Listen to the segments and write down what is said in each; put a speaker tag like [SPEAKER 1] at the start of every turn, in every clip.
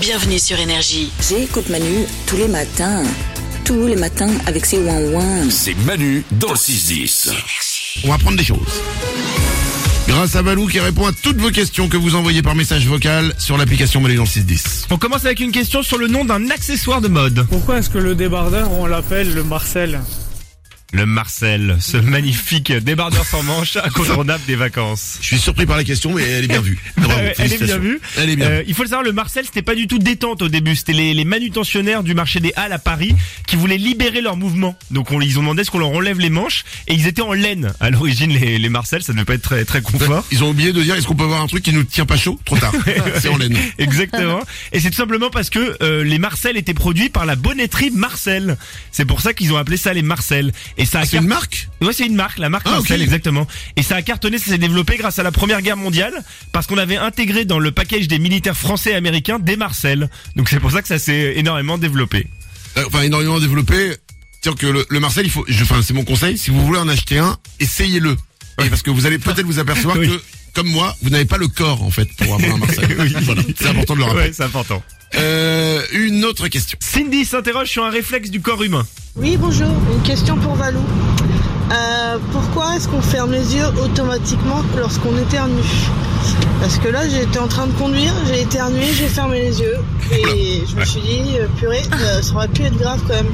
[SPEAKER 1] Bienvenue sur Énergie.
[SPEAKER 2] J'écoute Manu tous les matins. Tous les matins avec ses ouin-ouin.
[SPEAKER 3] C'est Manu dans le 6-10.
[SPEAKER 4] On va apprendre des choses. Grâce à Balou qui répond à toutes vos questions que vous envoyez par message vocal sur l'application Manu dans le 610.
[SPEAKER 5] On commence avec une question sur le nom d'un accessoire de mode.
[SPEAKER 6] Pourquoi est-ce que le débardeur, on l'appelle le Marcel
[SPEAKER 5] Le Marcel, ce magnifique débardeur sans manche incontournable des vacances.
[SPEAKER 4] Je suis surpris par la question, mais elle est bien vue. Bravo,
[SPEAKER 5] Euh, elle est bien
[SPEAKER 4] félicitations.
[SPEAKER 5] vue.
[SPEAKER 4] Elle est bien
[SPEAKER 5] Euh, il faut le savoir, le Marcel, c'était pas du tout détente au début. C'était les, les manutentionnaires du marché des Halles à Paris qui voulaient libérer leur mouvement. Donc on, ils ont demandé à ce qu'on leur enlève les manches et ils étaient en laine. À l'origine, les, les Marcel, ça ne devait pas être très, très confort.
[SPEAKER 4] Ils ont oublié de dire est-ce qu'on peut avoir un truc qui nous tient pas chaud Trop tard. C'est en laine.
[SPEAKER 5] Exactement. Et c'est tout simplement parce que euh, les Marcel étaient produits par la bonnetterie Marcel. C'est pour ça qu'ils ont appelé ça les Marcel. Et ça a
[SPEAKER 4] Ah, C'est une marque
[SPEAKER 5] Ouais, c'est une marque, la marque
[SPEAKER 4] Ah,
[SPEAKER 5] Marcel,
[SPEAKER 4] ok.
[SPEAKER 5] exactement. Et ça a cartonné, ça s'est développé grâce à la Première Guerre mondiale, parce qu'on avait intégré dans le package des militaires français et américains des Marcel. Donc c'est pour ça que ça s'est énormément développé.
[SPEAKER 4] Euh, Enfin, énormément développé. Tiens que le, le Marcel, il faut, je, enfin, c'est mon conseil. Si vous voulez en acheter un, essayez-le. Et parce que vous allez peut-être vous apercevoir
[SPEAKER 5] Oui.
[SPEAKER 4] que, comme moi, vous n'avez pas le corps, en fait, pour avoir un Marcel. Voilà. C'est important de le rappeler.
[SPEAKER 5] Ouais, c'est important.
[SPEAKER 4] Euh, une autre question.
[SPEAKER 5] Cindy s'interroge sur un réflexe du corps humain.
[SPEAKER 7] Oui, bonjour. Une question pour Valou. Euh, pourquoi est-ce qu'on ferme les yeux automatiquement lorsqu'on éternue Parce que là, j'étais en train de conduire, j'ai éternué, j'ai fermé les yeux. Et je me suis dit, euh, purée, euh, ça aurait pu être grave quand même.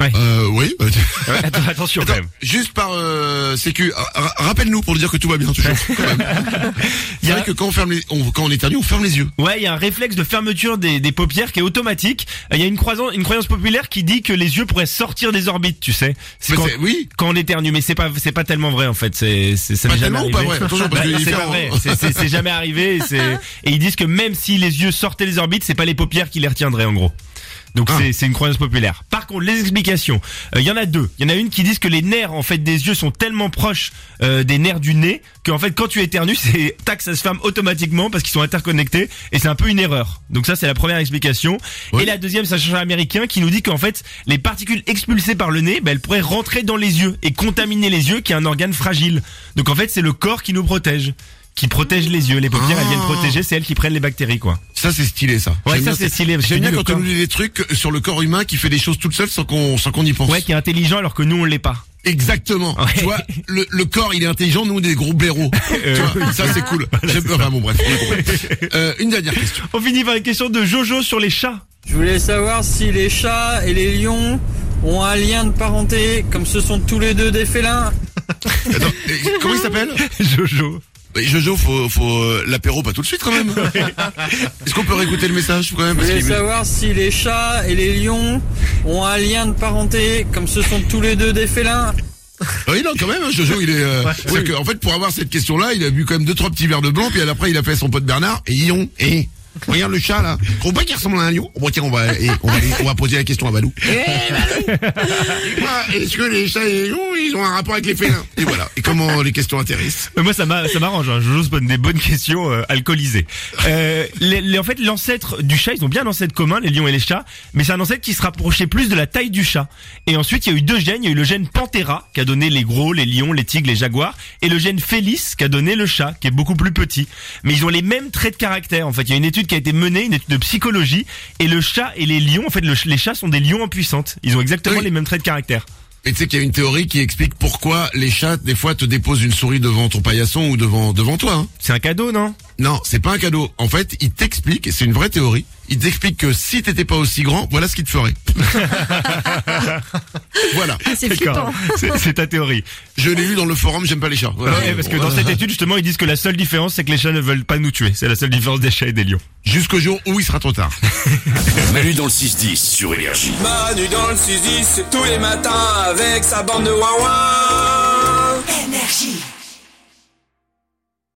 [SPEAKER 4] Euh, oui. bah, tu-
[SPEAKER 5] Attends, attention quand même.
[SPEAKER 4] Juste par euh, sécu, ra- ra- rappelle-nous pour dire que tout va bien toujours. quand même.
[SPEAKER 5] Il
[SPEAKER 4] C'est
[SPEAKER 5] y a-
[SPEAKER 4] vrai que quand on ferme les, on, quand on éternue, on ferme les yeux.
[SPEAKER 5] Ouais, il y a un réflexe de fermeture des, des paupières qui est automatique. Euh, Il y a une croyance, une croyance populaire qui dit que les yeux pourraient sortir des orbites, tu sais. C'est
[SPEAKER 4] Mais
[SPEAKER 5] quand,
[SPEAKER 4] c'est- oui.
[SPEAKER 5] quand on éternue, mais c'est pas, c'est pas tellement vrai en fait. C'est, c'est ça
[SPEAKER 4] Pas
[SPEAKER 5] m'est jamais
[SPEAKER 4] tellement ou pas
[SPEAKER 5] arrivé.
[SPEAKER 4] vrai Attention, parce
[SPEAKER 5] Bah,
[SPEAKER 4] que il
[SPEAKER 5] c'est
[SPEAKER 4] fait
[SPEAKER 5] pas
[SPEAKER 4] un-
[SPEAKER 5] vrai. C'est- C'est c'est jamais arrivé. et c'est- Et ils disent que même si les yeux sortaient des orbites, c'est pas les paupières qui les retiendraient en gros. Donc
[SPEAKER 4] Ah.
[SPEAKER 5] c'est- c'est une croyance populaire. Par contre, les explications, Euh, il y en a deux. Il y en a une qui disent que les nerfs en fait des yeux sont tellement proches euh, des nerfs du nez qu'en fait quand tu éternues, c'est tac ça se ferme automatiquement parce qu'ils sont interconnectés et c'est un peu une erreur. Donc ça c'est la première explication.
[SPEAKER 4] Oui.
[SPEAKER 5] Et la deuxième, c'est un chercheur américain qui nous dit qu'en fait les particules expulsées par le nez, bah, elles pourraient rentrer dans les yeux et contaminer les yeux qui est un organe fragile. Donc en fait c'est le corps qui nous protège, qui protège les yeux. Les paupières
[SPEAKER 4] Ah.
[SPEAKER 5] elles viennent protéger, c'est elles qui prennent les bactéries quoi.
[SPEAKER 4] Ça c'est stylé ça. J'aime
[SPEAKER 5] Ouais, ça,
[SPEAKER 4] bien
[SPEAKER 5] c'est
[SPEAKER 4] ces-
[SPEAKER 5] stylé, parce que
[SPEAKER 4] J'aime bien
[SPEAKER 5] du
[SPEAKER 4] quand
[SPEAKER 5] corps.
[SPEAKER 4] on nous dit des trucs sur le corps humain qui fait des choses toute seule sans qu'on sans qu'on y pense.
[SPEAKER 5] Ouais, qui est intelligent alors que nous on l'est pas.
[SPEAKER 4] Exactement.
[SPEAKER 5] Ouais.
[SPEAKER 4] Tu vois, le, le corps il est intelligent, nous on est des gros blaireaux.
[SPEAKER 5] Euh,
[SPEAKER 4] tu vois, ça c'est cool. J'aime enfin, bon bref. on est compris. Euh, une dernière question.
[SPEAKER 5] On finit par une question de Jojo sur les chats.
[SPEAKER 8] Je voulais savoir si les chats et les lions ont un lien de parenté, comme ce sont tous les deux des félins.
[SPEAKER 4] Attends, et comment il s'appelle
[SPEAKER 5] Jojo.
[SPEAKER 4] Mais Jojo, faut faut euh, l'apéro pas tout de suite quand même. Est-ce qu'on peut réécouter le message quand même
[SPEAKER 8] Je
[SPEAKER 4] parce
[SPEAKER 8] voulais
[SPEAKER 4] qu'il-
[SPEAKER 8] savoir si les chats et les lions ont un lien de parenté, comme ce sont tous les deux des félins.
[SPEAKER 4] Oui, non, quand même, hein, Jojo, il est. euh, c'est-à-dire que, en fait, pour avoir cette question-là, il a bu quand même deux, trois petits verres de blanc, puis après, il a fait à son pote Bernard, et Yon, et. Regarde le chat là. Faut pas qu'il ressemble à un lion. Bon tiens, on va, eh, on va, aller- on va poser la question à Balou. Eh Balou Dis-moi, Est-ce que les chats et les lions, ils ont un rapport avec les félins Et voilà. Et comment les questions intéressent
[SPEAKER 5] Euh, Moi, ça m'a- ça m'arrange. Hein. Jojo se pose des bonnes questions euh, alcoolisées. Euh, les- les- en fait, l'ancêtre du chat, ils ont bien un ancêtre commun, les lions et les chats, mais c'est un ancêtre qui se rapprochait plus de la taille du chat. Et ensuite, il y a eu deux gènes. Il y a eu le gène Panthera, qui a donné les gros, les lions, les tigres, les jaguars, et le gène Félix, qui a donné le chat, qui est beaucoup plus petit. Mais ils ont les mêmes traits de caractère. En fait, il y a une étude qui a été menée, une étude de psychologie, et le chat et les lions, en fait, le ch- les chats sont des lions en puissance. Ils ont exactement
[SPEAKER 4] Oui.
[SPEAKER 5] les mêmes traits de caractère.
[SPEAKER 4] Et tu sais qu'il y a une théorie qui explique pourquoi les chats, des fois, te déposent une souris devant ton paillasson ou devant, devant toi. hein.
[SPEAKER 5] C'est un cadeau, non
[SPEAKER 4] Non, c'est pas un cadeau. En fait, il t'explique, et c'est une vraie théorie, il t'explique que si t'étais pas aussi grand, voilà ce qu'il te ferait. voilà.
[SPEAKER 9] C'est
[SPEAKER 5] D'accord.
[SPEAKER 9] flippant.
[SPEAKER 5] C'est c'est ta théorie.
[SPEAKER 4] Je l'ai eu dans le forum, j'aime pas les chats. Voilà.
[SPEAKER 5] Ouais, parce que dans cette étude, justement, ils disent que la seule différence, c'est que les chats ne veulent pas nous tuer. C'est la seule différence des chats et des lions.
[SPEAKER 4] Jusqu'au jour où il sera trop tard.
[SPEAKER 3] Manu dans le 6-10 sur Énergie.
[SPEAKER 8] Manu dans le 6 tous les matins avec sa bande de wawa.
[SPEAKER 1] Énergie.